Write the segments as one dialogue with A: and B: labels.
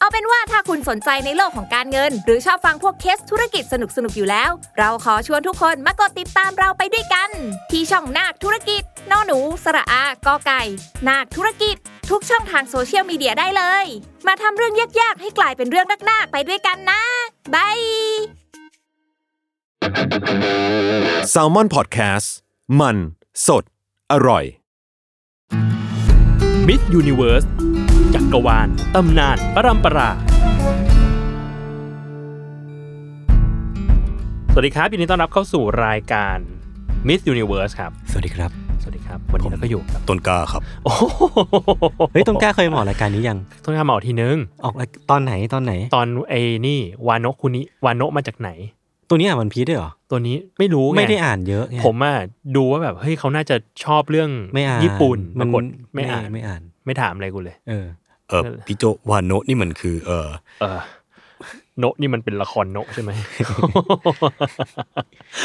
A: เอาเป็นว่าถ้าคุณสนใจในโลกของการเงิน หรือชอบฟังพวกเคสธุรกิจสนุกๆอยู่แล้ว เราขอชวนทุกคนมากดติดตามเราไปด้วยกัน ที่ช่องนาคธุรกิจนอหนู สระอากอไก่ นาคธุรกิจ ทุกช่องทางโซเชียลมีเดียได้เลย มาทำเรื่องยากๆ ให้กลายเป็นเรื่องนักๆไปด้วยกันนะบาย
B: s a l m o n PODCAST มัน สด อร่อย
C: มิสยูนิเวิร์สจักรวาล ตำนาน ปรัมปรา สวัสดีครับ ยินดีต้อนรับเข้าสู่รายการ Miss Universe ครับ
D: สวัสดีครับ
C: สวัสดีครับ วันนี้เราก็อยู่กับ
B: ต้นกล้าครับ
C: โอ้โห
D: เฮ้ยต้นกล้าเคยมาออกรายการนี้ยัง
C: ต้องทำเอาทีนึง
D: ออกรายตอนไหนตอนไหน
C: ตอนไอ้นี่ วาโนะคุนิวาโนะมาจากไหน
D: ตัวนี้อ่านวันพีซด้วยเหรอ
C: ตัวนี้ไม่รู้ง
D: ไม่ได้อ่านเยอะไง
C: ผมอ่ะดูว่าแบบ เฮ้ยเขาน่าจะชอบเรื่อง
D: ไม่อ่าน
C: ญี่ปุ่นป
D: มั
C: ราน กฏไม่อ่าน
D: ไม่อ่าน
C: ไม่ถามอะไรกูเลย
D: เออ
E: เออ
C: นั่นแหละ
E: พี่โจวานโนะนี่มันคือเออ
C: เออโนะนี่มันเป็นละครโนะใช่ ไหม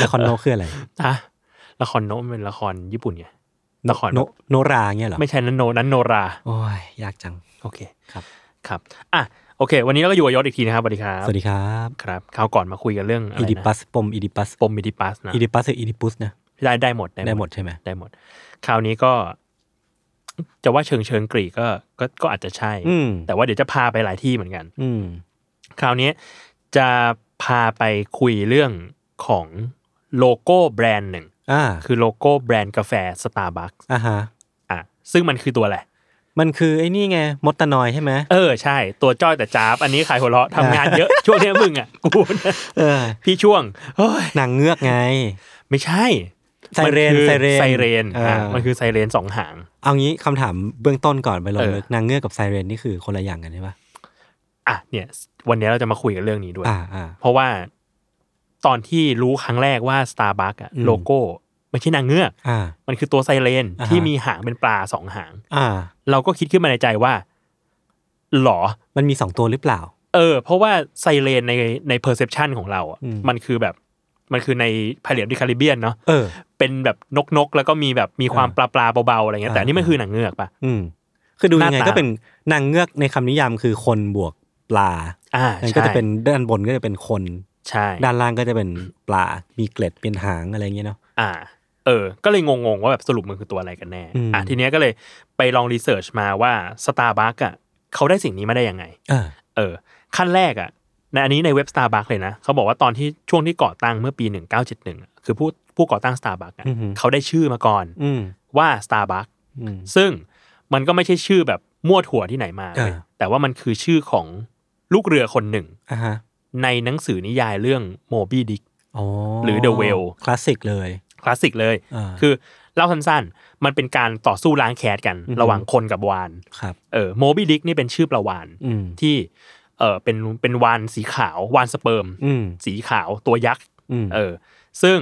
D: ละครโนคืออะไร
C: อะละครโนะมันเป็นละครญี่ปุ่นไง ละคร
D: โนโนราเงี้ยเหรอ
C: ไม่ใช่นันโนนันโนรา
D: โอ้ยยากจัง
C: โอเค
D: ครับ
C: ครับอ่ะโอเค วันนี้เราก็อยู่กับยศอีกทีนะครับสวัสดีครับ
D: สวัสดีครับ
C: ครับคราวก่อนมาคุยกันเรื่องอะไร
D: อีดิปั
C: นะ
D: สปมอีดิปัส
C: ปมอิดิปัสนะ
D: อีดิปัสคืออีดิปุสนะ
C: ได้ได้หมด
D: ได้หมดใช่ไหม
C: ได้หมด คราวนี้ก็จะว่าเชิงเชิงกรีกก็ก็ก็อาจจะใช่
D: อืม
C: แต่ว่าเดี๋ยวจะพาไปหลายที่เหมือนกัน
D: อืม
C: คราวนี้จะพาไปคุยเรื่องของโลโก้แบรนด์หนึ่ง
D: อ่า
C: คือโลโก้แบรนด์กาแฟสตาร์บัค
D: อ่าฮะ
C: อ่ะซึ่งมันคือตัวอะไร
D: มันคือไอ้นี่ไงมดตะนอยใช่ไหม
C: เออใช่ ตัวจ้อยแต่จ้าบอันนี้ขายหัวเราะทำงานเยอะ ช่วงเนี้ยมึงอ่ะกูนะ
D: เออ
C: พี่ช่วงเฮ้ย
D: นางเงือกไง
C: ไม่ใช่
D: ไซเรน
C: มัคือ
D: ไซเรน
C: ไซเรน
D: อ่า
C: อ่ะมันคือไซเรนสองหาง
D: เอางี้คำถามเบื้องต้นก่อนไปลอง
C: เออ
D: นึกนางเงือกกับไซเรนนี่คือคนละอย่างกันใช่ปะ
C: อ่ะเนี่ย วันนี้เราจะมาคุยกันเรื่องนี้ด้วย
D: อ่าอ่า
C: เพราะว่าตอนที่รู้ครั้งแรกว่า Starbucks อ่ะ
D: อืม
C: โลโก้ไม่ใช่นางเงือก
D: อ่า
C: มันคือตัวไซเรน
D: อ่าฮะ
C: ที่มีหางเป็นปลาสองหาง
D: อ่า
C: เราก็คิดขึ้นมาในใจว่าหรอ
D: มันมีสองตัวหรือเปล่า
C: เออเพราะว่าไซเรนในในเพอร์เซพชันของเราอ่ะ
D: อืม
C: มันคือแบบมันคือในพายเรือดิคาริเบียนเนาะ
D: เออ
C: เป็นแบบนกนกๆแล้วก็มีแบบมีความปลาปลาๆเบาๆอะไรเงี้ย
D: อ่า
C: แต่อันนี่มันคือหนังเงือกปะ
D: อืม คือดู
C: หน้า
D: ยังไง
C: ตา
D: ก็เป็นนางเงือกในคำนิยามคือคนบวกปลา
C: อ่า
D: นั่น
C: ใช่
D: ก็จะเป็นด้านบนก็จะเป็นคน
C: ใช่
D: ด้านล่างก็จะเป็นปลา มีเกล็ดเป็นหางอะไรอย่างเงี้ยเนาะ
C: อ่า เออ ก็เลยงงๆว่าแบบสรุปมันคือตัวอะไรกันแน่
D: อืม
C: อ่ะทีเนี้ยก็เลยไปลองรีเสิร์ชมาว่าสตาร์บัคอ่ะเขาได้สิ่งนี้มาได้ยังไง
D: เออ
C: เออ ขั้นแรกอ่ะในอันนี้ในเว็บ Starbucks เลยนะเขาบอกว่าตอนที่ช่วงที่ก่อตั้งเมื่อปี 1971อะคือผู้ผู้ก่อตั้ง Starbucks อ่ะ
D: อือหือ
C: เขาได้ชื่อมาก่อน
D: อืม
C: ว่า Starbucks
D: อืม
C: ซึ่งมันก็ไม่ใช่ชื่อแบบมั่วถั่วที่ไหนมาเลย
D: อ่า
C: แต่ว่ามันคือชื่อของลูกเรือคนหนึ่ง
D: อ่ะฮะ
C: ในหนังสือนิยายเรื่องโมบี้ดิก
D: อ๋อ
C: หรือ The Whale
D: คลาสสิกเลย
C: คลาสสิกเลย
D: อ่า
C: คือเล่าสั้นๆ มันเป็นการต่อสู้ล้างแค้นกัน
D: อือฮึ
C: ระหว่างคนกับวาน
D: ครับ
C: เออโมบี้ดิกนี่เป็นชื่อประวาน
D: อืม
C: ที่เออเป็นเป็นวานสีขาว วานสเปิร์ม
D: อืม
C: สีขาวตัวยักษ์
D: อืม
C: เออซึ่ง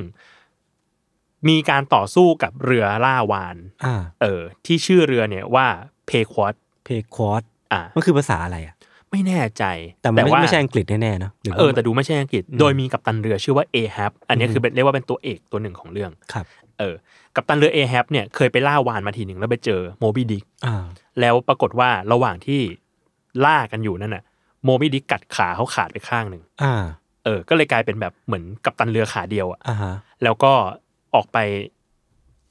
C: มีการต่อสู้กับเรือล่าวาน
D: อ่า
C: เออที่ชื่อเรือเนี่ยว่าเพควอต
D: เพคอร์ด
C: อ่า
D: มันคือภาษาอะไรอ่ะ
C: ไม่แน่ใจ
D: แต่มันไม่
C: ว่า
D: ไม่ใช่อังกฤษแน่ๆเนาะหรืว่า
C: เออแต่ดูไม่ใช่อังกฤษ
D: อืม
C: โดยมีกัปตันเรือชื่อว่าเอฮับอันนี้
D: อือฮึ
C: คือเป็นเรียกว่าเป็นตัวเอกตัวหนึ่งของเรื่อง
D: ครับ
C: เออกัปตันเรือเอแฮปเนี่ยเคยไปล่าวานมาทีหนึ่งแล้วไปเจอโมบิดิก
D: อ่า
C: แล้วปรากฏว่าระหว่างที่ล่ากันอยู่นั่นน่ะโมบิดิกกัดขาเขาขาดไปข้างหนึ่ง
D: อ่า
C: เออก็เลยกลายเป็นแบบเหมือนกัปตันเรือขาเดียวอะ
D: อ่าฮะ
C: แล้วก็ออกไป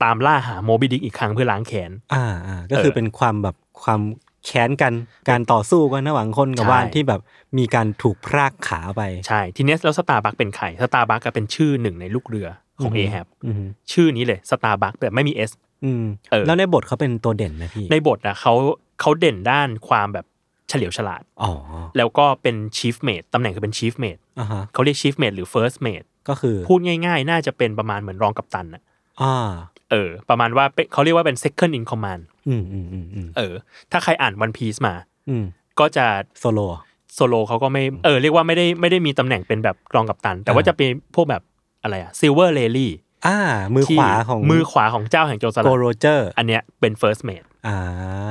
C: ตามล่าหาโมบิดิกอีกครั้งเพื่อล้างแค้น
D: อ่าอ่าก็คือ
C: เออ
D: เป็นความแบบความแค้นกันการต่อสู้กันระหว่างคนกับ
C: ใช่
D: ว่านที่แบบมีการถูกพรากขาไป
C: ใช่ทีเนี้ยแล้วสตาร์บัคเป็นใครสตาร์บัคก็เป็นชื่อหนึ่งในลูกเรือของ
D: อื
C: เอ
D: อฮึ
C: แฮป
D: อืม
C: ชื่อนี้เลยสตาร์บัคแต่ไม่มี S
D: อืม
C: เออ
D: แล้วในบทเขาเป็นตัวเด่นไหมพี่
C: ในบทนะเขาเขาเด่นด้านความแบบเฉลียวฉลาด
D: อ๋อ
C: แล้วก็เป็น chief mate ตำแหน่งคือเป็น chief mate
D: อ่าฮะ
C: เขาเรียก chief mate หรือ first mate
D: ก็คือ
C: พูดง่ายๆ น่าจะเป็นประมาณเหมือนรองกัปตันอะ
D: อ่า
C: เออ ประมาณว่าเป็นเขาเรียกว่าเป็น second in command
D: อืมอืมอืมอืม
C: เออ ถ้าใครอ่าน One Piece มา
D: อืม
C: ก็จะ
D: โซโล
C: โซโลเขาก็ไม่ เออ เรียกว่าไม่ได้ไม่ได้มีตำแหน่งเป็นแบบรองกัปตัน แต่ว่า
D: อ่า
C: จะเป็นพวกแบบอะไรอะ silver lily
D: อ่า มือ
C: ที่
D: ขวาของ
C: มือขวาของเจ้าแห่งโจรส
D: โก
C: ลัด
D: โรเจอร์
C: อันเนี้ยเป็น first mate
D: อ่า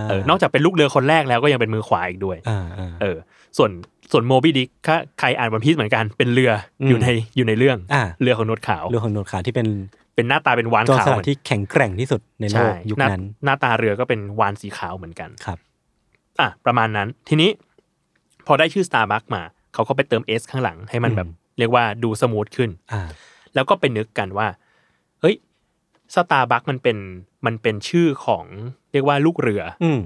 C: เออนอกจากเป็นลูกเรือคนแรกแล้วก็ยังเป็นมือขวาอีกด้วย
D: อ่าอ่า
C: เออ ส่วนส่วนโมบิดิกถ้าใครอ่านวันพีซเหมือนกันเป็นเรืออ
D: ม
C: อยู่ในอยู่ในเรื่อง
D: อ่า
C: เรือของนวดขาว
D: เรือของหนวดขาวที่เป็น
C: เป็นหน้าตาเป็นวาน
D: โจร
C: ขาว
D: สลั
C: เห
D: ด
C: มือน
D: ที่แข็งแกร่งที่สุดในโล
C: ใช่
D: กยุค
C: หา
D: นั้น
C: หน้าตาเรือก็เป็นวานสีขาวเหมือนกัน
D: ครับ
C: อ่ะประมาณนั้นทีนี้ พอได้ชื่อ Starbucks มา เขาก็ไปเติม S ข้างหลังให้มัน
D: อืม
C: แบบเรียกว่าดูสมูทขึ้น
D: อ่า
C: แล้วก็ไปนึกกันว่า เฮ้ยสตาร์บัคมันเป็นมันเป็นชื่อของเรียกว่าลูกเรือ
D: อืม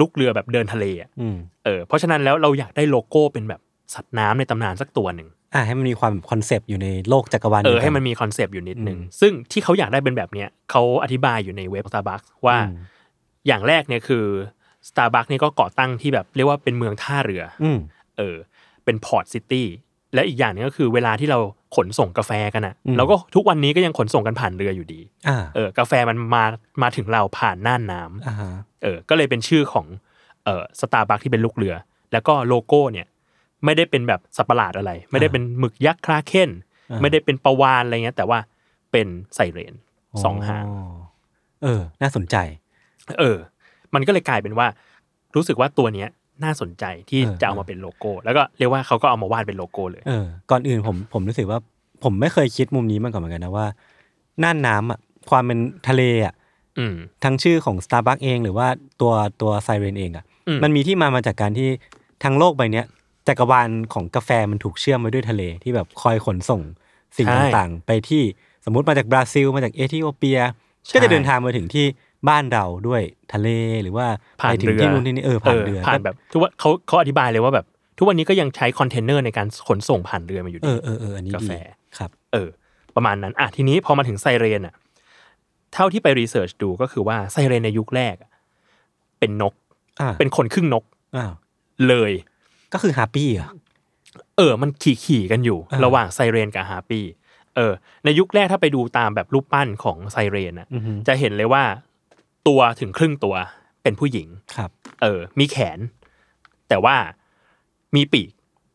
C: ลูกเรือแบบเดินทะเลอะ
D: อืม
C: เออ เพราะฉะนั้นแล้วเราอยากได้โลโก้เป็นแบบสัตว์น้ำในตำนานสักตัวหนึ่ง
D: อ่าให้มันมีความคอนเซปต์อยู่ในโลกจักรวาล
C: เออ
D: ดียวกั
C: ให้มันมีคอนเซปต์อยู่นิดนึง
D: อืม
C: ซึ่งที่เขาอยากได้เป็นแบบเนี้ยเขาอธิบายอยู่ในเว็บ Starbucks ว่า
D: อืม
C: อย่างแรกเนี่ยคือ Starbucks นี่ก็ก่อตั้งที่แบบเรียกว่าเป็นเมืองท่าเรืออ
D: อืม
C: เออเป็นพอร์ตซิตี้และอีกอย่างหนึงก็คือเวลาที่เราขนส่งกาแฟกันอะเราก็ทุกวันนี้ก็ยังขนส่งกันผ่านเรืออยู่ดี
D: อ่า
C: เออกาแฟมันมามาถึงเราผ่านน่านน้ำ
D: อ่าฮะ
C: เออก็เลยเป็นชื่อของเออสตาร์บัคที่เป็นลูกเรือ แล้วก็โลโก้เนี่ยไม่ได้เป็นแบบสัตว์ประหลาดอะไร ไม่ได้เป็นหมึกยักษ์คลาเคนไม่ได้เป็นปลาวานอะไรเงี้ยแต่ว่าเป็นไซเรนสองหาง
D: เออ น่าสนใจ
C: เออ มันก็เลยกลายเป็นว่า รู้สึกว่าตัวเนี้ยน่าสนใจที่
D: เออ
C: จะเอามาเป็นโลโก้ แล้วก็เรียกว่าเขาก็เอามาวาดเป็นโลโก้เลย
D: เออ ก่อนอื่นผมผมรู้สึกว่า ผมไม่เคยคิดมุมนี้มาก่อนเหมือนกันนะว่าน่านน้ำอ่ะความเป็นทะเลอ่ะ
C: อืม
D: ทั้งชื่อของ Starbucks เองหรือว่าตัวตัวไซเรนเองอะ่ะ
C: อืม
D: มันมีที่มามาจากการที่ทั้งโลกใบเนี้ยจักรวาลของกาแฟมันถูกเชื่อมไว้ด้วยทะเลที่แบบคอยขนส่งสิ่งต่างๆ ไปที่สมมติมาจากบราซิล มาจากเอธิโอเปีย ก็จะเดินทางมาถึงที่บ้านเราด้วยทะเลหรือว่า
C: ผ่าน
D: ไปถึ
C: เรื
D: ง
C: อ
D: ที่นู่นที่นี่เออผ่านเรือ
C: ผ่านแบบทุกวันเขาเขาอธิบายเลยว่าแบบ ทุกวันนี้ก็ยังใช้คอนเทนเนอร์ในการขนส่งผ่านเรือมาอยู่
D: เอ
C: ดี
D: อเออเอออันนี้
C: กา
D: ดี
C: แฟ
D: ครับ
C: เออ ประมาณนั้นอ่ะทีนี้พอมาถึงไซเรนอ่ะ เท่าที่ไปรีเสิร์ชดูก็คือว่าไซเรนในยุคแรกอะเป็นนก
D: อ่า
C: เป็นคนครึ่งนก
D: อ้าว
C: เลย
D: ก็คือฮาปี้อ่ะ
C: เออ มันขี่ขี่กันอยู่
D: อ่า
C: ระหว่างไซเรนกับฮาร์ปี้ เออ ในยุคแรกถ้าไปดูตามแบบรูปปั้นของไซเรนอ่ะ
D: อือฮึ
C: จะเห็นเลยว่าตัวถึงครึ่งตัวเป็นผู้หญิง
D: ครับ
C: เออ มีแขน แต่ว่ามีปีก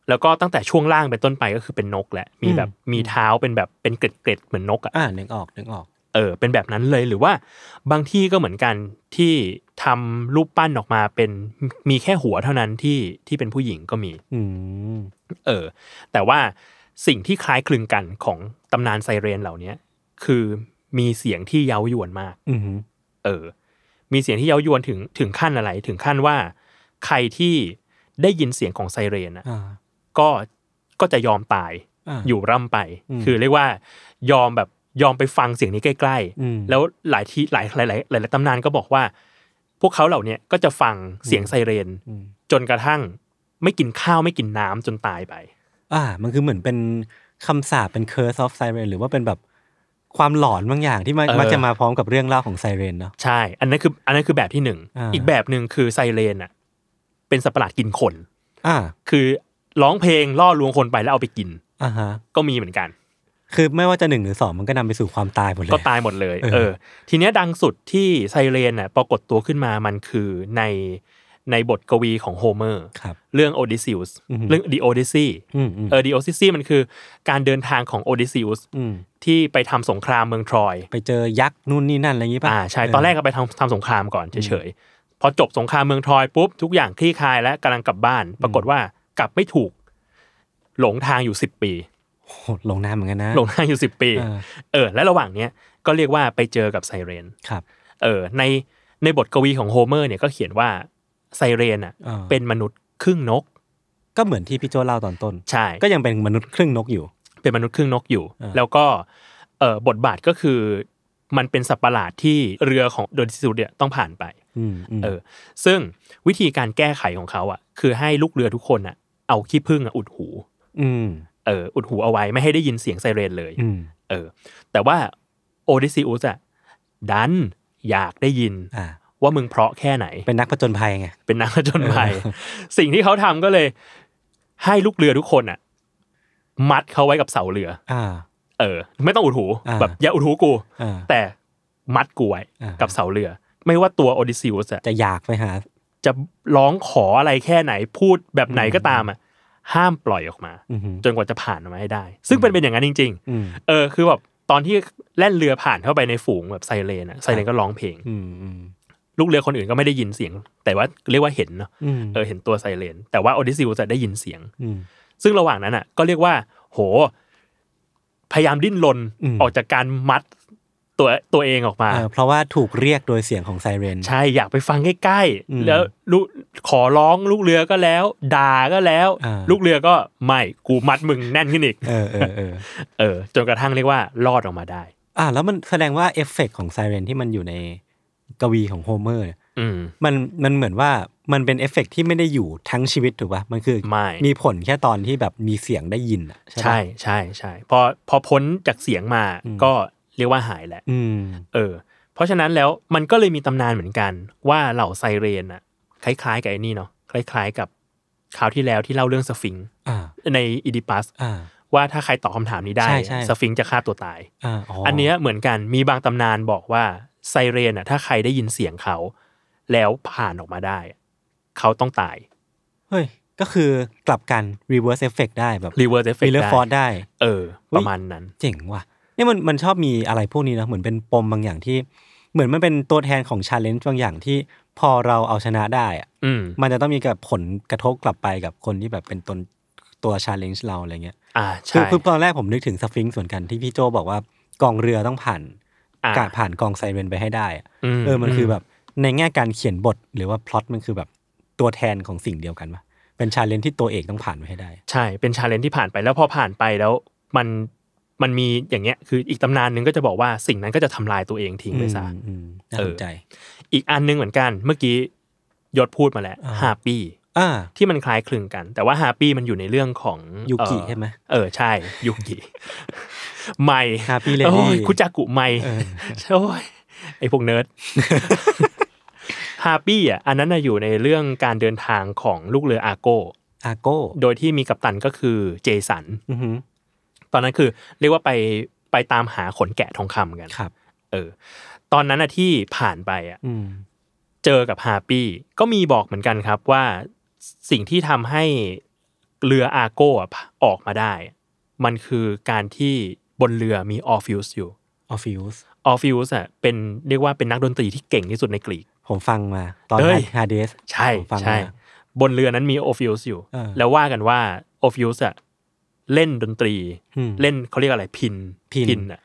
C: แล้วก็ตั้งแต่ช่วงล่างเป็นต้นไปก็คือเป็นนกแหละ มีแบบมีเท้าเป็นแบบเป็นเกล็ดๆเหมือนนกอ่ะ
D: อ่านึกออกนึกออก
C: เออเป็นแบบนั้นเลยหรือว่าบางที่ก็เหมือนกันที่ทำรูปปั้นออกมาเป็นมีแค่หัวเท่านั้นที่ที่เป็นผู้หญิงก็มี
D: อืม
C: เออ แต่ว่าสิ่งที่คล้ายคลึงกันของตำนานไซเรนเหล่าเนี้ยคือมีเสียงที่เย้ายวนมาก
D: อืม
C: เออ มีเสียงที่เย้ายวนถึงถึงขั้นอะไร ถึงขั้นว่า ใครที่ได้ยินเสียงของไซเรนอะ
D: อ่า
C: ก็ก็จะยอมตาย
D: อ่า
C: อยู่ร่ำไป
D: อืม
C: คือเรียกว่ายอมแบบยอมไปฟังเสียงนี้ใกล้ ๆ
D: อืม
C: แล้วหลายที่หลายหลายหลายหลายตำนานก็บอกว่า พวกเขาเหล่าเนี้ยก็จะฟังเสียงไซเรน
D: อืม
C: จนกระทั่งไม่กินข้าวไม่กินน้ำจนตายไป
D: อ่า มันคือเหมือนเป็นคำสาปเป็น curse of siren หรือว่าเป็นแบบความหลอนบางอย่างที่มัน
C: เออ
D: มักจะมาพร้อมกับเรื่องเล่าของไซเรนเนาะ
C: ใช่ อันนั้นคืออันนั้นคือแบบที่หนึ่ง
D: อ่า
C: อีกแบบหนึ่งคือไซเรนอ่ะเป็นสัตว์ประหลาดกินคน
D: อ่า
C: คือร้องเพลงล่อลวงคนไปแล้วเอาไปกิน
D: อ่าฮะ
C: ก็มีเหมือนกัน
D: คือไม่ว่าจะหนึ่งหรือสองมันก็นำไปสู่ความตายหมดเลย
C: ก็ตายหมดเลย เออ ทีเนี้ยดังสุดที่ไซเรนอ่ะปรากฏตัวขึ้นมามันคือในในบทกวีของโฮเมอร์
D: ครับ
C: เรื่องโอดิซิอุส
D: อือหือ
C: เรื่องดิโอดิซี
D: อืมอืม
C: เออดิโอซิซีมันคือการเดินทางของโอดิซิอุส
D: อืม
C: ที่ไปทำสงครามเมืองทรอย
D: ไปเจอยักษ์นู่นนี่นั่นอะไรอย่างงี้ป่ะ
C: อ่าใช่ตอนแรกก็ไปทำทำสงครามก่อนเฉยๆ พอจบสงครามเมืองทรอยปุ๊บ ทุกอย่างคลี่คลายและกำลังกลับบ้าน ปรากฏว่ากลับไม่ถูก หลงทางอยู่ 10 ปี
D: โอ้โหลงน้ำเหมือนกันนะ
C: หลงทางอยู่ 10 ปี
D: อ่า
C: เออ และระหว่างเนี้ยก็เรียกว่าไปเจอกับไซเรน
D: ครับ
C: เออในในบทกวีของโฮเมอร์เนี่ยก็เขียนว่าไซเรนอ่ะ
D: อ่า
C: เป็นมนุษย์ครึ่งนก
D: ก็เหมือนที่พี่โจเล่าตอนต้น
C: ใช่
D: ก็ยังเป็นมนุษย์ครึ่งนกอยู่
C: เป็นมนุษย์ครึ่งนกอยู่
D: อ่า
C: แล้วก็เอ่อบทบาทก็คือ มันเป็นสัตว์ประหลาดที่เรือของโดนซิสุเนี่ยต้องผ่านไป
D: อืมอืม
C: เออ ซึ่งวิธีการแก้ไขของเขาอ่ะ คือให้ลูกเรือทุกคนอ่ะ เอาขี้ผึ้งอ่ะอุดหู
D: อืม
C: เออ อุดหูเอาไว้ไม่ให้ได้ยินเสียงไซเรนเลย
D: อืม
C: เออ แต่ว่าโอดิซิอุสอ่ะดันอยากได้ยิน
D: อ่า
C: ว่ามึงเพราะแค่ไหน
D: เป็นนักผจญภัยไง
C: เป็นนักผจญภัย สิ่งที่เขาทำก็เลย ให้ลูกเรือทุกคนอ่ะ มัดเขาไว้กับเสาเรือ
D: อ่า
C: เออไม่ต้องอุดหู
D: อ่า
C: แบบอย่าอุดหูกู
D: อ่า
C: แต่มัดกูไว้
D: อ่าฮะ
C: กับเสาเรือ ไม่ว่าตัวโอดิซิอุสอะ
D: จะอยากไปหา
C: จะร้องขออะไรแค่ไหนพูดแบบไหนก็ตามอะห้ามปล่อยออกมา
D: อืม
C: จนกว่าจะผ่านออกมาให้ได้ ซึ่งเป็นเป็นอย่างนั้นจริง
D: อืม
C: ๆ เออคือแบบ ตอนที่แล่นเรือผ่านเข้าไปในฝูงแบบไซเรนอะไซเรนก็ร้องเพลง
D: อืมอืม
C: ลูกเรือคนอื่นก็ไม่ได้ยินเสียง แต่ว่าเรียกว่าเห็นเนาะ
D: อืม
C: เออเห็นตัวไซเรนแต่ว่าโอดิซิวจะได้ยินเสียง
D: อืม
C: ซึ่งระหว่างนั้นอ่ะ ก็เรียกว่า โห พยายามดิ้นรน
D: อืม
C: ออกจากการมัดตัวตัวเองออกมา
D: เออเพราะว่าถูกเรียกโดยเสียงของไซเรน
C: ใช่อยากไปฟังใกล้
D: อืม
C: ๆแล้วลูกขอร้องลูกเรือก็แล้ว ด่าก็แล้ว
D: อ่า
C: ลูกเรือก็ไม่กูมัดมึงแน่นขึ้นอีก
D: เออเออเออ
C: เออ จนกระทั่งเรียกว่ารอดออกมาได้
D: อ่ะแล้วมันแสดงว่าเอฟเฟกต์ของไซเรนที่มันอยู่ในกวีของโฮเมอร์เนี่ย
C: อืม
D: มันมันเหมือนว่ามันเป็นเอฟเฟกต์ที่ไม่ได้อยู่ทั้งชีวิตถูกปะมันคือ
C: ไม่
D: มีผลแค่ตอนที่แบบมีเสียงได้ยินอะใช่ปะ
C: ใช่ใช่ใช่พอพอพ้นจากเสียงมา
D: อืม
C: ก็เรียกว่าหายแหละ
D: อืม
C: เออ เพราะฉะนั้นแล้วมันก็เลยมีตำนานเหมือนกันว่าเหล่าไซเรนอะคล้ายๆกับไอ้นี่เนาะคล้ายๆกับคราวที่แล้วที่เล่าเรื่องสฟิงค์
D: อ่า
C: ในอีดิปัส
D: อ่า
C: ว่าถ้าใครตอบคำถามนี้ได้
D: ใช่ใช่
C: สฟิงค์จะฆ่าตัวตาย
D: อ่าอ๋อ
C: อั
D: อั
C: นเนี้ยเหมือนกันมีบางตำนานบอกว่าไซเรนอะถ้าใครได้ยินเสียงเขา แล้วผ่านออกมาได้อะเขาต้องตาย
D: เฮ้ยก็คือกลับกันรีเวิร์สเอฟเฟกได้แบบ
C: รีเวิร์สเอฟเฟก
D: เลอร์ฟอร์ด
C: ได้
D: ได้
C: เออ
D: อุ๊ย
C: ประมาณนั้น
D: เจ๋งว่ะเนี่ยมันมันชอบมีอะไรพวกนี้นะเหมือนเป็นปมบางอย่างที่ เหมือนมันเป็นตัวแทนของชาเลนจ์บางอย่างที่พอเราเอาชนะได้อะ
C: อืม
D: มันจะต้องมีกับผลกระทบกลับไปกับคนที่แบบเป็นตนตัวชาเลนจ์เราอะไรเงี้ย
C: อ่า
D: คือ
C: ใช่
D: คือตอนแรกผมนึกถึงสฟิงค์ส่วนกันที่พี่โจบอกว่ากองเรือต้องผ่าน
C: อ่ะ
D: การผ่านกองไซเรนไปให้ได้อะ
C: ม
D: เออมันคือแบบในแง่การเขียนบทหรือว่าพล็อตมันคือแบบตัวแทนของสิ่งเดียวกันปะเป็นชาเลนจ์ที่ตัวเอกต้องผ่านไปให้ได้
C: ใช่เป็นชาเลนจ์ที่ผ่านไปแล้วพอผ่านไปแล้วมันมันมีอย่างเงี้ยคืออีกตำนานหนึ่งก็จะบอกว่าสิ่งนั้นก็จะทำลายตัวเองทิ้งไปซะ
D: อืมอืมน่า
C: เอ
D: ส
C: อ
D: นใจ
C: อีกอันหนึงเหมือนกันเมื่อกี้ยศพูดมาแล้ว
D: อ่า
C: ฮาปี้
D: อ่า
C: ที่มันคล้ายคลึงกัน แต่ว่าฮาปี้มันอยู่ในเรื่องของ
D: ยูกิ
C: เอ่อ
D: ใช่ไหม
C: เออใช่ยูกิ ไม่
D: ฮาปีเล
C: โอ้
D: ดี้
C: ยคุจากุไม่
D: เออ
C: โอ้ยไอพวกเนิร์ด ฮาปี้อ่ะอันนั้นน่ะอยู่ในเรื่องการเดินทางของลูกเรืออาโก้
D: อาโก้
C: โดยที่มีกัปตันก็คือเจสัน
D: อือหือ
C: ตอนนั้นคือเรียกว่าไปไปตามหาขนแกะทองคำกัน
D: ครับ
C: เออ ตอนนั้นน่ะที่ผ่านไปอ่ะ
D: อืม
C: เจอกับฮาปี้ก็มีบอกเหมือนกันครับว่าสิ่งที่ทำให้เรืออาโก้อะออกมาได้ มันคือการที่บนเรือมีออฟิวส์อยู่
D: ออฟิวส์
C: ออฟิวส์อ่ะเป็นเรียกว่าเป็นนักดนตรีที่เก่งที่สุดในกรีก
D: ผมฟังมา ตอน
C: เฮ้ย
D: ฮาเดส
C: ใช่
D: ผมฟัง
C: ใช่
D: มา
C: บนเรือนั้นมีออฟิวส์อยู่
D: เออ
C: แล้วว่ากันว่าออฟิวส์อ่ะเล่นดนตรี
D: อืม
C: เล่นเขาเรียกอะไรพิน
D: พิน
C: อ่ะ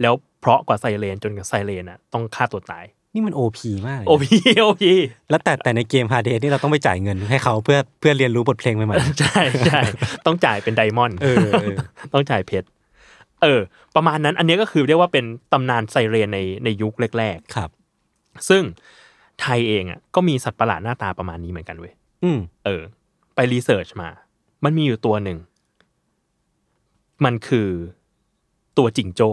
C: แล้วเพราะกว่าไซเรนจนกับไซเรนอ่ะต้องฆ่าตัวตาย
D: นี่มันโอพีมากเลยนะ
C: โอพีโอพี
D: แล้วแต่แต่ในเกมฮาเดสนี่เราต้องไปจ่ายเงินให้เขาเพื่อเพื่อเรียนรู้บทเพลงใหม่ๆ
C: ใช่ใช่ต้องจ่ายเป็นไดมอนด์
D: เออเออ
C: ต้องจ่ายเพชรเออ ประมาณนั้นอันเนี้ยก็คือเรียกว่าเป็นตำนานไซเรนในในยุคแรก
D: ครับ
C: ๆ ซึ่งไทยเองอ่ะก็มีสัตว์ประหลาดหน้าตาประมาณนี้เหมือนกันเว้ย
D: อืม
C: เออ ไปรีเสิร์ชมา มันมีอยู่ตัวหนึ่ง มันคือตัวจิงโจ้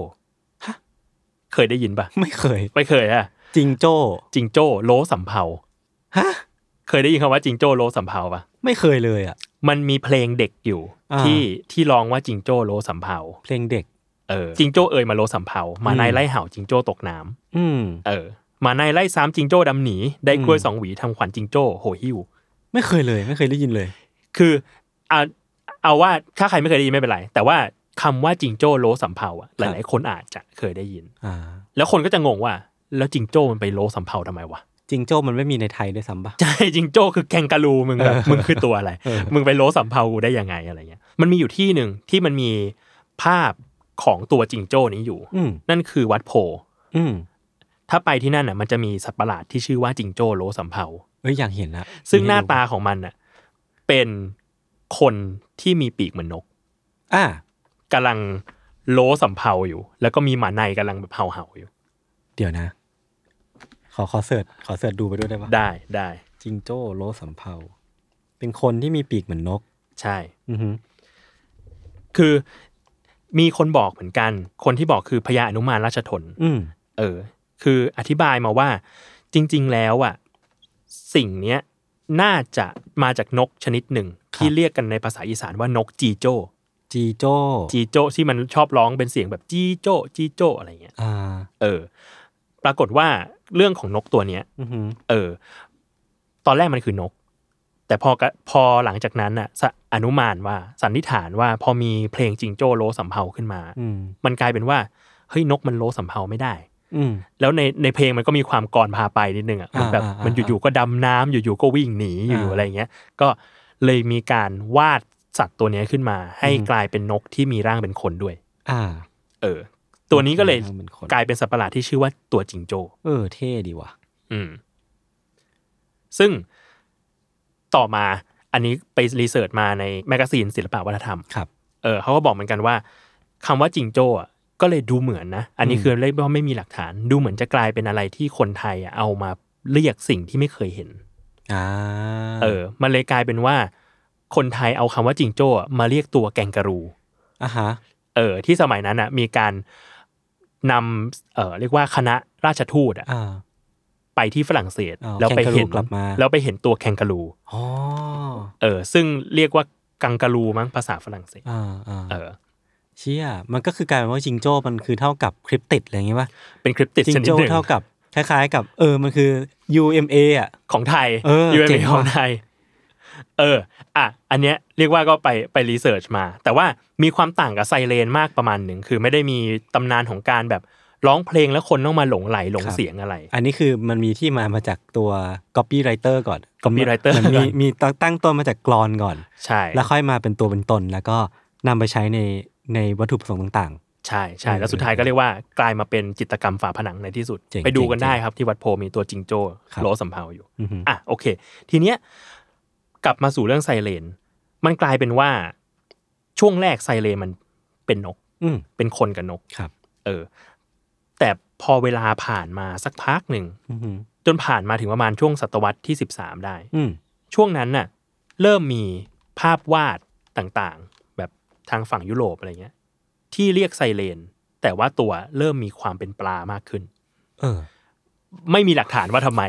C: เคยได้ยินปะ
D: ไม่เคย
C: ไม่เคยอะ
D: จริงโจ้
C: จิงโจ้โลสำเภา
D: ฮะ
C: เคยได้ยินคำว่าจิงโจ้โลสำเภาปะ
D: ไม่เคยเลยอ่ะ
C: มันมีเพลงเด็กอยู่
D: อ่า
C: ที่ที่ร้องว่าจิงโจ้โลสำเภา
D: เพลงเด็ก
C: เออ จิงโจ้เอ่ยมาโลสำเภา มาในายไล่เห่าจิงโจ้ตกน้ำ
D: อืม
C: เออ มาในายไล่ซ้ำจิงโจ้ดำหนี ได้กล้วย
D: อืม
C: สองหวีทำขวัญจิงโจ้โหหิว
D: ไม่เคยเลย ไม่เคยได้ยินเลย
C: คือเอาเอาว่าถ้าใครไม่เคยได้ยินไม่เป็นไร แต่ว่าคำว่าจิงโจ้โลสำเภาอะห
D: ครับ
C: ลายๆคนอาจจะเคยได้ยิน
D: อ่า
C: แล้วคนก็จะงงว่า แล้วจิงโจ้มันไปโลสำเภาทำไมวะ
D: จริงโจ้มันไม่มีในไทยด้วยซ้ำปะ
C: ใช่จิงโจ้คือแกงกะลูมึงแบบ
D: เออ
C: มึงคือตัวอะไร
D: เออ
C: มึงไปโลสำเภากูได้ยังไงอะไรเงี้ยมันมีอยู่ที่หนึ่งที่มันมีภาพของตัวจิงโจ้นี้อยู่
D: อืม
C: นั่นคือวัดโพ
D: อืม
C: ถ้าไปที่นั่นน่ะมันจะมีสัตว์ประหลาดที่ชื่อว่าจิงโจ้โลสำเภา
D: เอ้ยอยากเห็นละ
C: ซึ่งหน้าตาของมันน่ะเป็นคนที่มีปีกเหมือนนก
D: อ่า
C: กำลังโล้สำเภาอยู่ แล้วก็มีหมาในกำลังแบบเห่าเห่าๆอยู่
D: เดี๋ยวนะ ขอขอเสิร์ชขอเสิร์ชดูไปด้วยได้ปะ
C: ได้ได้
D: จิงโจ้โลสำเภา เป็นคนที่มีปีกเหมือนนก
C: ใช่
D: อือหือ
C: คือมีคนบอกเหมือนกัน คนที่บอกคือพญาอนุมานราชทน
D: อืม
C: เออ คืออธิบายมาว่าจริง ๆ แล้วอ่ะสิ่งเนี้ยน่าจะมาจากนกชนิดหนึ่ง ที่เรียกกันในภาษาอีสานว่านกจีโจ้
D: จีโจ้
C: จีโจ้ที่มันชอบร้องเป็นเสียงแบบจีโจ้จีโจ้อะไรเงี้ย
D: อ่า
C: เออ ปรากฏว่าเรื่องของนกตัวเนี้ย
D: อือหือ
C: เออ ตอนแรกมันคือนก แต่พอกะพอหลังจากนั้นน่ะสะอนุมานว่าสันนิษฐานว่าพอมีเพลงจิงโจ้โลสำเภาขึ้นมา
D: อืม
C: มันกลายเป็นว่า เฮ้ยนกมันโลสัมเภาไม่ได้
D: อืม
C: แล้วในในเพลงมันก็มีความกรพาไปนิดนึงอ่ะมันแบบ
D: อ่าอ่า
C: มันอยู่ๆก็ดำน้ำอยู่ๆก็วิ่งหนีอยู่ๆ
D: อ่า
C: อะไรเงี้ย ก็เลยมีการวาดสัตว์ตัวเนี้ยขึ้นมา ให้
D: อืม
C: กลายเป็นนกที่มีร่างเป็นคนด้วย
D: อ่า
C: เออ ตัวนี้ก็เลย
D: มีร่างเป็นคน
C: กลายเป็นสัตว์ประหลาดที่ชื่อว่าตัวจิงโจ้
D: เออ เท่ดีว่ะ
C: อืม ซึ่งต่อมาอันนี้ไปรีเสิร์ชมาในแมกกาซีนศิลปะวัฒนธรรม
D: ครับ
C: เออเขาก็บอกเหมือนกันว่าคำว่าจิงโจ้อะก็เลยดูเหมือนนะ อันนี้
D: อืม
C: คือเรียกว่าไม่มีหลักฐาน ดูเหมือนจะกลายเป็นอะไรที่คนไทยอะเอามาเรียกสิ่งที่ไม่เคยเห็น
D: อ่า
C: เออ มันเลยกลายเป็นว่า คนไทยเอาคำว่าจิงโจ้อะมาเรียกตัวแกงกะรู
D: อ่ะฮะ
C: เออ ที่สมัยนั้นอ่ะ มีการนำเออเรียกว่าคณะราชทูตอะ
D: อ่า
C: ไปที่ฝรั่งเศส
D: อ๋อ
C: แล้วไปเห็น
D: แคนการูกลับมา
C: แล้วไปเห็นตัวแคนการู
D: อ๋อ
C: เออซึ่งเรียกว่ากังการูมั้งภาษาฝรั่งเศส
D: อ่าอ่า
C: เออ
D: เชี่ยมันก็คือกลายเป็นว่าจิงโจ้มันคือเท่ากับคริปติดอะไรอย่างงี้ป่ะ
C: เป็นคริปติด
D: จิ
C: ช
D: ง
C: นิด
D: โจ้
C: หนึ่ง
D: เท่ากับคล้าย ๆ กับ เออมันคือ UMA อ่ะ
C: ของไทย
D: เออ
C: UMA
D: เจ๋งว่ะ
C: ของไทย เออ อ่ะ อันเนี้ยเรียกว่าก็ไปไปรีเสิร์ชมา แต่ว่ามีความต่างกับไซเรนมากประมาณหนึ่ง คือไม่ได้มีตำนานของการแบบร้องเพลงแล้วคนต้องมาหลงไหลหลงเสียงอะไร
D: อันนี้คือมันมีที่มามาจากตัว copywriter ก่อน
C: copywriter
D: มันมีมีตั้งตั้งต้นมาจากกรอนก่อน
C: ใช่
D: แล้วค่อยมาเป็นตัวเป็นตน แล้วก็นำไปใช้ในในวัตถุประสงค์ต่าง
C: ใช่ใช่แล้วสุดท้ายก็เรียกว่ากลายมาเป็นจิตรกรรมฝาผนังในที่สุด
D: เจ๋ง
C: ไปดูกัน
D: เจ๋ง
C: ได้ครับที่วัดโพมีตัวจิงโจ้
D: ครับ
C: โลสัมเภาอยู่
D: ๆอือฮึ
C: อ่ะโอเค ทีเนี้ยกลับมาสู่เรื่องไซเรน มันกลายเป็นว่าช่วงแรกไซเรนมันเป็นนก
D: อืม
C: เป็นคนกับนก
D: ครับ
C: เออ แต่พอเวลาผ่านมาสักพักหนึ่ง
D: อือฮึ
C: จนผ่านมาถึงประมาณช่วงศตวรรษที่ 13 ได้
D: อืม
C: ช่วงนั้นน่ะ เริ่มมีภาพวาดต่างๆ แบบทางฝั่งยุโรปอะไรเงี้ย ที่เรียกไซเรน แต่ว่าตัวเริ่มมีความเป็นปลามากขึ้น
D: เออ
C: ไม่มีหลักฐานว่าทำไม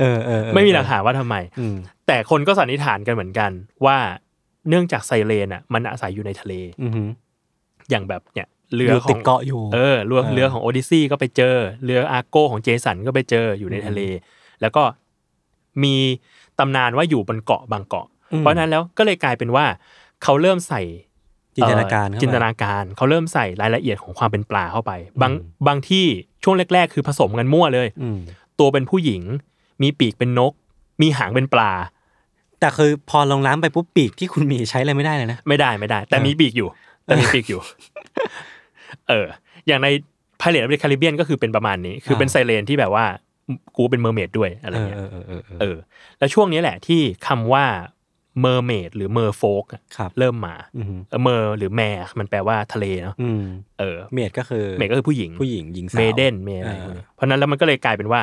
D: เออเออเออ
C: ไม่มีหลักฐานว่าทำไม
D: อืม
C: แต่คนก็สันนิษฐานกันเหมือนกัน ว่าเนื่องจากไซเรนอ่ะมันอาศัยอยู่ในทะเล
D: อือฮึ
C: อย่างแบบเนี่ยเรื
D: เรือ อ
C: ข
D: ติ
C: อ
D: ด
C: ง
D: เกาะอยู่
C: เออเรือ
D: เออ
C: เรือของโอดิซีก็ไปเจอ เรืออาร์โกของเจสันก็ไปเจออยู่ในทะเล แล้วก็มีตำนานว่าอยู่บนเกาะบางเกาะ เพราะฉะนั้นแล้วก็เลยกลายเป็นว่า เขาเริ่มใส่
D: จินตนาการ
C: เอ่
D: เข้
C: อ
D: ไป
C: จินตนาการเขาเริ่มใส่รายละเอียดของความเป็นปลาเข้าไป บาง
D: อืม
C: บางที่ช่วงแรก ๆ คือผสมกันมั่วเลย
D: อืม
C: ตัวเป็นผู้หญิง มีปีกเป็นนก มีหางเป็นปลา
D: แต่คือพอลงน้ำไปปุ๊บปีกที่คุณมีใช้อะไรไม่ได้เลยนะ
C: ไม่ได้ไม่ได้ แต่
D: เออ
C: มีปีกอยู่ แต่มีปีกอยู่ เออ อย่างในพายเลตอเมริคาริเบียนก็คือเป็นประมาณนี้ คือเป็นไซเรนที่แบบว่ากูเป็นเมอร์เมดด้วยอะไร
D: เออ
C: เงี้ย
D: เออเออเออเออ
C: เออ แล้วช่วงนี้แหละที่คำว่าเมอร์เมดหรือเมอร์โฟก
D: ครับ
C: เริ่มมา
D: อือฮึ
C: เมอร์หรือแมร์มันแปลว่าทะเลเนาะ
D: อืม
C: เออ
D: เมดก็คือ
C: เมดก็คือผู้หญิง
D: ผู้หญิงหญิงสาว
C: เมเดนเมอะไรพวก
D: เออ
C: นี้เพราะฉะนั้นแล้วมันก็เลยกลายเป็นว่า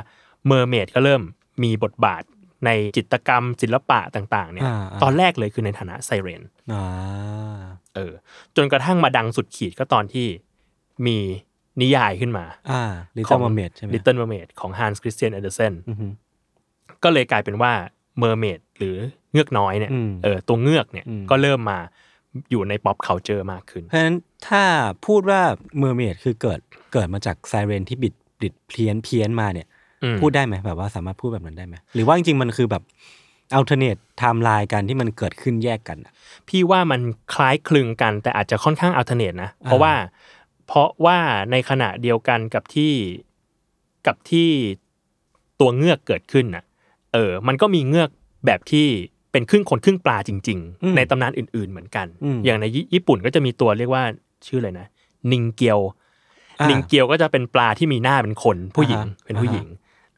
C: เมอร์เมดก็เริ่มมีบทบาทในจิตรกรรมศิลปะต่าง ๆเนี่ย ตอนแรกเลยคือในฐานะไซเรน
D: อ่า
C: เออจนกระทั่งมาดังสุดขีดก็ตอนที่มีนิยายขึ้นมา
D: อ่าลิต
C: ข
D: เติ้
C: อ
D: ล
C: ง
D: มเมดใช่ไหม
C: Little Mermaid ของ Hans Christian Andersen
D: อือฮึ
C: ก็เลยกลายเป็นว่าเมอร์เมดหรือเงือกน้อยเนี่ย
D: อืม
C: เออตัวเงือกเนี่ย
D: อืม
C: ก็เริ่มมาอยู่ในป๊อปเคาเจอร์มากขึ้น
D: เพราะฉะนั้นถ้าพูดว่าเมอร์เมดคือเกิดเกิดมาจากไซเรนที่บิดบิดเพี้ยนเพี้ยนมาเนี่ย
C: อืม
D: พูดได้ไหมแบบว่าสามารถพูดแบบนั้นได้ไหมหรือว่าจริงๆมันคือแบบอัลเทอร์เนทไทม์ไลน์กันที่มันเกิดขึ้นแยกกันอะ
C: พี่ว่ามันคล้ายคลึงกันแต่อาจจะค่อนข้างอัลเทอร์เนทนะ เพราะว่าเพราะว่าในขณะเดียวกันกับที่กับที่ตัวเงือกเกิดขึ้นน่ะเออ มันก็มีเงือกแบบที่เป็นครึ่งคนครึ่งปลาจริง
D: อืม
C: ๆ ในตำนานอื่น ๆเหมือนกัน
D: อืม
C: อย่างในญี่ญี่ปุ่นก็จะมีตัวเรียกว่าชื่ออะไรนะ นิงเกียว
D: อ่านิ
C: นิงเกียวก็จะเป็นปลาที่มีหน้าเป็นคนผู้หญิง
D: อ่าฮะ
C: เป็นผู้หญิง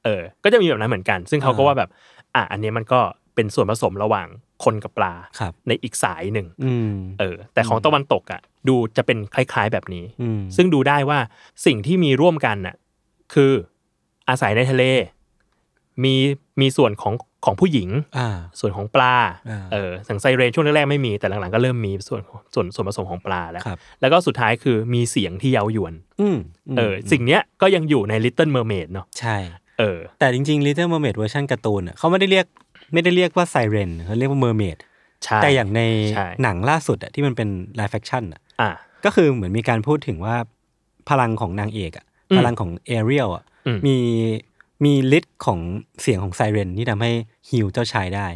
C: เออ ก็จะมีแบบนั้นเหมือนกัน ซึ่งเขาก็
D: อ่า
C: ว่าแบบ อ่ะอันนี้มันก็เป็นส่วนผสมระหว่างคนกับปลา
D: ครับ
C: ในอีกสายหนึ่ง
D: อืม
C: เออ แต่ของ
D: อืม
C: ตะวันตกอ่ะ ดูจะเป็นคล้ายๆแบบนี้
D: อืม
C: ซึ่งดูได้ว่าสิ่งที่มีร่วมกันน่ะ คืออาศัยในทะเล มีมีส่วนของของผู้หญิง
D: อ่า
C: ส่วนของปลา
D: อ่า
C: เออสังไซเรนช่วงแรกๆไม่มี แต่หลังๆก็เริ่มมีส่วนของส่วนส่วนผสมของปลาแล้ว
D: ครับ
C: แล้วก็สุดท้ายคือมีเสียงที่เย้ายวน
D: อืมม
C: เออ สิ่งเนี้ยก็ยังอยู่ใน Little Mermaid เนาะ
D: ใช่
C: เออ
D: แต่จริงๆ Little Mermaid เวอร์ชันการ์ตูนอะเขาไม่ได้เรียกไม่ได้เรียกว่าไซเรนเขาเรียกว่าเมอร์เมด
C: ใช่
D: แต่อย่างใน
C: ใช่
D: หนังล่าสุดอะที่มันเป็นไลฟ์แฟคชั่นอะ
C: อ่ะ
D: ก็คือเหมือนมีการพูดถึงว่าพลังของนางเอกอะ
C: อืม
D: พลังของเอเรียลอะ
C: อืม
D: มีมีฤทธิ์ของเสียงของไซเรนที่ทำให้ฮิวเจ้าชายได้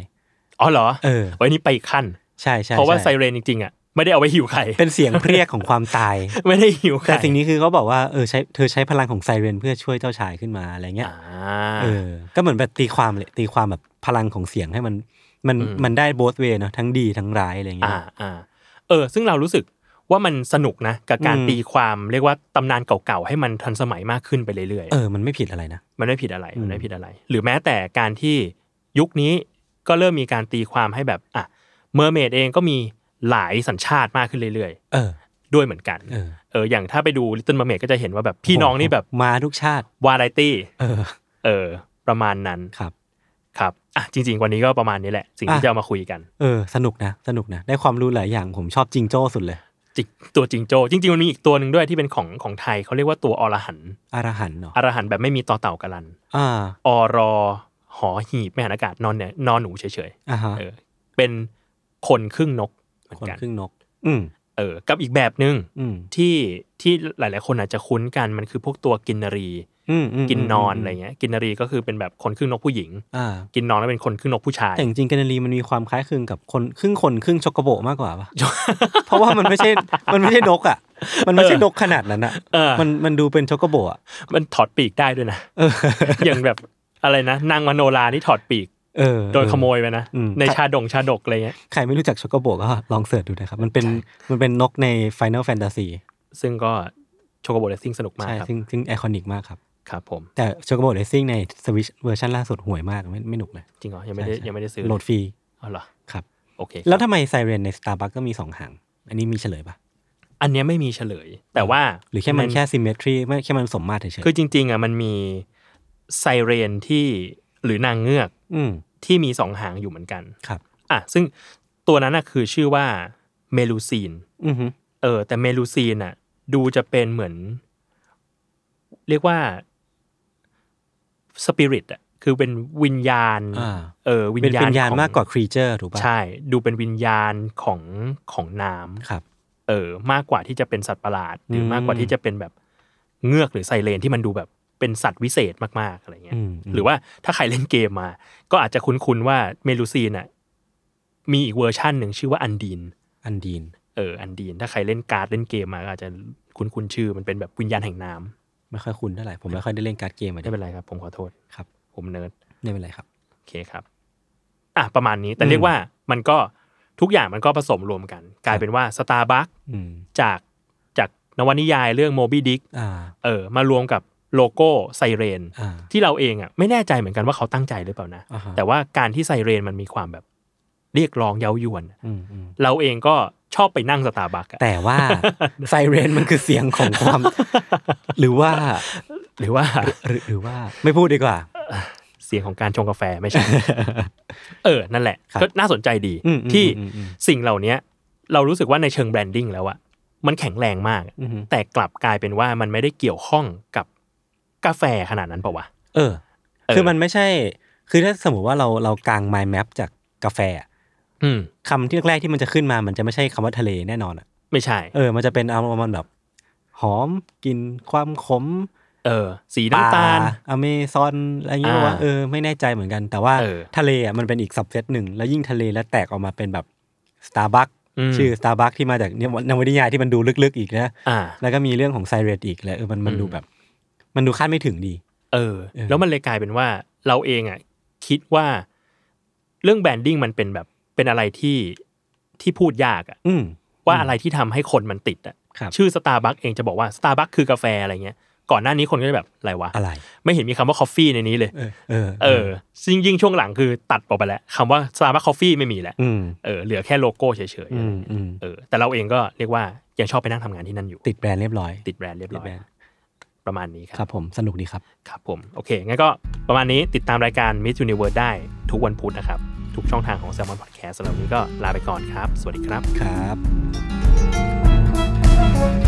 C: อ๋อเหรอ
D: เออ
C: ไว้นี่ไปอีกขั้น
D: ใช่ใช่
C: เพราะว่า
D: ใช่
C: ไซเรนจริงๆอ่ะ ไม่ได้เอาไว้หิวไข่
D: เป็นเสียงเพรียกของความตาย
C: ไม่ได้หิวไข่
D: แต่สิ่งนี้คือเขาบอกว่าเออใช้เธอใช้พลังของไซเรนเพื่อช่วยเจ้าชายขึ้นมาอะไรเงี้ย
C: อ่า
D: เออ ก็เหมือนแบบตีความเลยตีความแบบพลังของเสียงให้มันมัน
C: อืม
D: มันได้โบสเวเนาะทั้งดีทั้งร้ายอะไรเงี้
C: อ่าย อ่าเออ ซึ่งเรารู้สึกว่ามันสนุกนะ กับการ
D: อืม
C: ตีความเรียกว่าตำนานเก่าๆ ให้มันทันสมัยมากขึ้นไปเรื่อยๆ
D: เออมันไม่ผิดอะไรนะ
C: มันไม่ผิดอะไร
D: อืม
C: มันไม่ผิดอะไร หรือแม้แต่การที่ยุคนี้ก็เริ่มมีการตีความให้แบบอ่ะเมอร์เมดเองก็มีหลายสัญชาติมากขึ้นเรื่อย
D: เออ
C: ๆ ด้วยเหมือนกัน
D: เออ
C: เอออย่างถ้าไปดู Little Mermaid ก็จะเห็นว่าแบบพี่น้องนี่แบบ
D: มาทุกชาติ
C: วาไรตี้
D: เออ
C: เออ ประมาณนั้น
D: ครับ
C: ครับอ่ะจริง ๆ วันนี้ก็ประมาณนี้แหละ สิ่งที่
D: อ่ะ
C: จะเอามาคุยกัน
D: เออ สนุกนะสนุกนะ ได้ความรู้หลายอย่างผมชอบจิงโจ้สุดเลย
C: จิตัวจริงโจ จริง ๆ มันมีอีกตัวหนึ่งด้วยที่เป็นของของไทยเขาเรียกว่าตัวอรหันต์
D: อรหันต์เนาะ
C: อรหันต์แบบไม่มีต่อเต่ากะลัน
D: อ่า
C: อรอหอหีบไม่หันอากาศนอนเนี่ยนอนหนูเฉยๆ
D: อ่าฮะ
C: เออเป็นคนครึ่งนกเหมือน
D: คน
C: กัน
D: ครึ่งนก อืม
C: เออกับอีกแบบหนึ่ง
D: อืม
C: ที่ที่หลาย ๆ คนอาจจะคุ้นกันมันคือพวกตัวกินนรี
D: อืมม
C: กินนอนอะไรเงี้ย กินนรีก็คือเป็นแบบคนครึ่งนกผู้หญิง
D: อ่า
C: กินนอนแล้วเป็นคนครึ่งนกผู้ชาย
D: แต่จริงๆแกนนารีมันมีความคล้ายคลึงกับคนครึ่งคนครึ่งชกโกโบมากกว่าปะ เพราะว่ามันไม่ใช่ มันไม่ใช่นกอ่ะ มันไม่ใช่นกขนาดนั้นอ่ะ
C: เออ
D: มันมันดูเป็นชกโกโบอ่ะ
C: มันถอดปีกได้ ด้วยนะ
D: เออ
C: อย่างแบบอะไรนะ นางมโนรานี่ถอดปีก
D: เออ
C: โดนขโมยไปนะ
D: อืม
C: ในชาดงชาดกอะไรเงี้ย
D: ใครไม่รู้จักชกโกโบก็ลองเสิร์ชดูนะครับ มันเป็นมันเป็นนกใน Final Fantasy
C: ซึ่งก็โชโกโบเลสซิ่งสนุกมาก
D: ใช่
C: ครับ
D: ซึ่งซึ่งไอคอนิกมากครับ
C: ครับผม
D: แต่ชกโกโบเรซิ่งในสวิชเวอร์ชันล่าสุดห่วยมากไม่ไม่หนุกเลย
C: จริงเหรอยังไม่ได้
D: ใช่ใช่
C: ยังไม่ได้ซื้อ
D: โหลดฟรี
C: อ๋อเหรอ
D: ครับ
C: โอเค
D: แล้วทำไมไซเรนใน Starbucks ก็มีสองหาง อันนี้มีเฉลยปะ
C: อันเนี้ยไม่มีเฉลย แต่ว่า
D: หรือแค่มันแค่ซิมเมทรีไม่แค่มันสมมาตรเฉยๆ
C: คือจริงๆอ่ะมันมีไซเรนที่หรือนางเงือก
D: อืม
C: ที่มีสองหางอยู่เหมือนกัน
D: ครับ
C: อ่ะซึ่งตัวนั้นน่ะคือชื่อว่าเมลูซีน
D: อือฮึ
C: เออแต่เมลูซีนอ่ะดูจะเป็นเหมือน เรียกว่าสปิริตอ่ะคือเป็นวิญญาณ
D: อ่า
C: เออวิญ
D: เป็น
C: ญาณ
D: วิญญาณ
C: ของ
D: มากกว่าครีเจอร์ถูกปะ
C: ใช่ ดูเป็นวิญญาณของของน้ำ
D: ครับ
C: เออ มากกว่าที่จะเป็นสัตว์ประหลาด หรืออ
D: ม
C: มากกว่าที่จะเป็นแบบเงือกหรือไซเรนที่มันดูแบบเป็นสัตว์วิเศษมากๆอะไรเงี้ย
D: อืมอืม
C: หรือว่าถ้าใครเล่นเกมมา ก็อาจจะคุ้นๆว่าเมลูซีนอ่ะมีอีกเวอร์ชั่นหนึ่งชื่อว่าอันดีน
D: อันดีน
C: เออ อันดีน ถ้าใครเล่นการ์ดเล่นเกมมาก็อาจจะคุ้นๆชื่อ มันเป็นแบบวิญญาณแห่งน้ำ
D: ไม่ค่อยคุ้นเท่าไหร่ ผมไม่ค่อยได้เล่นการ์ดเกมอะ
C: ไม่
D: ดิ
C: เป็นไรครับ ผมขอโทษ
D: ครับ
C: ผมเนิร์ด
D: ไม่เป็นไรครับ
C: โอเคครับ อ่ะ ประมาณนี้ แต่เรียกว่ามันก็ทุกอย่างมันก็ผสมรวมกัน กลายเป็นว่าสตาร์บัค
D: อืม
C: จากจากนวนิยายเรื่องโมบี้ดิก
D: อ่า
C: เออ มารวมกับโลโก้ไซเรน
D: อ่า
C: ที่เราเองอ่ะไม่แน่ใจเหมือนกันว่าเขาตั้งใจหรือเปล่านะ
D: อ่าฮะ
C: แต่ว่าการที่ไซเรนมันมีความแบบเรียกร้องเย้ายวน
D: อืมอืม
C: เราเองก็ชอบไปนั่งสตาร์บัคอะ
D: แต่ว่า ไซเรนมันคือเสียงของความ หรือว่า
C: หรือว่า
D: หรือหรือว่า ไม่พูดดีกว่า
C: เสียงของการชงกาแฟไม่ใช่ เออ นั่นแหละ
D: ครับ
C: ก็น่าสนใจดี
D: อืมอืม
C: ที่
D: อืมอืม
C: สิ่งเหล่านี้เรารู้สึกว่าในเชิงแบรนดิ้งแล้วอะมันแข็งแรงมาก
D: อือฮึ
C: แต่กลับกลายเป็นว่ามันไม่ได้เกี่ยวข้องกับกาแฟขนาดนั้นเปล่าวะ
D: เออ
C: เออ
D: คือมันไม่ใช่ คือถ้าสมมติว่าเราเรากางไมล์แมปจากกาแฟอะ
C: อืม
D: คำที่แรกๆที่มันจะขึ้นมา มันจะไม่ใช่คำว่าทะเลแน่นอนอะ
C: ไม่ใช่
D: เออ มันจะเป็นอารมณ์แบบ หอมกลินความขม
C: เออ สีน้ำตาล
D: อเมซอนอะไรเงี้ย
C: อ่า
D: ว่าเออไม่แน่ใจเหมือนกัน แต่ว่า
C: เออ
D: ทะเลอ่ะมันเป็นอีกสับเซตหนึ่ง แล้วยิ่งทะเลแล้วแตกออกมาเป็นแบบ Starbucks
C: อืม
D: ชื่อ Starbucks ที่มาจากเนี่ยนวนิยายที่มันดูลึกๆอีกนะ
C: อ่า
D: แล้วก็มีเรื่องของไซเรตอีกแล้วเออมันมัน
C: อืม
D: ดูแบบ มันดูคาดไม่ถึงดี
C: เออ
D: เออ
C: แล้วมันเลยกลายเป็นว่าเราเองอะคิดว่า เรื่องแบรนดิ้งมันเป็นแบบเป็นอะไรที่ที่พูดยากอะ
D: อืม
C: ว่าอะไรที่ทำให้คนมันติดอ่ะ
D: ครับ
C: ชื่อสตาร์บัคเองจะบอกว่าสตาร์บัคคือกาแฟอะไรเงี้ย ก่อนหน้านี้คนก็จะแบบอะไรวะ
D: อะไร
C: ไม่เห็นมีคำว่า c o f ฟ e ในนี้เลย
D: เออ เออ
C: เออซึ่งยิ่งช่วงหลังคือตัดออกไปแล้วคำว่าสตาร์บัค c o f ฟ e ไม่มีแล้ว
D: อืม
C: เออเหลือแค่โลโก้เฉยๆ
D: อื
C: อะไร
D: ม
C: เงี้ย
D: อืม
C: เออแต่เราเองก็เรียกว่ายังชอบไปนั่งทำงานที่นั่นอยู่
D: ติดแบรนด์เรียบร้อย
C: ติดแบรนด์เรียบร้อย
D: แบรนด์
C: ประมาณนี้ค
D: ครั
C: รั
D: บบ ผมสนุกดีครับ
C: ครับผม โอเค งั้นก็ประมาณนี้ติดตามรายการ Miss Universe ได้ทุกวันพุธนะครับ ทุกช่องทางของ Salmon Podcast สำหรับวันนี้ก็ลาไปก่อนครับ สวัสดีครับ
D: ครับ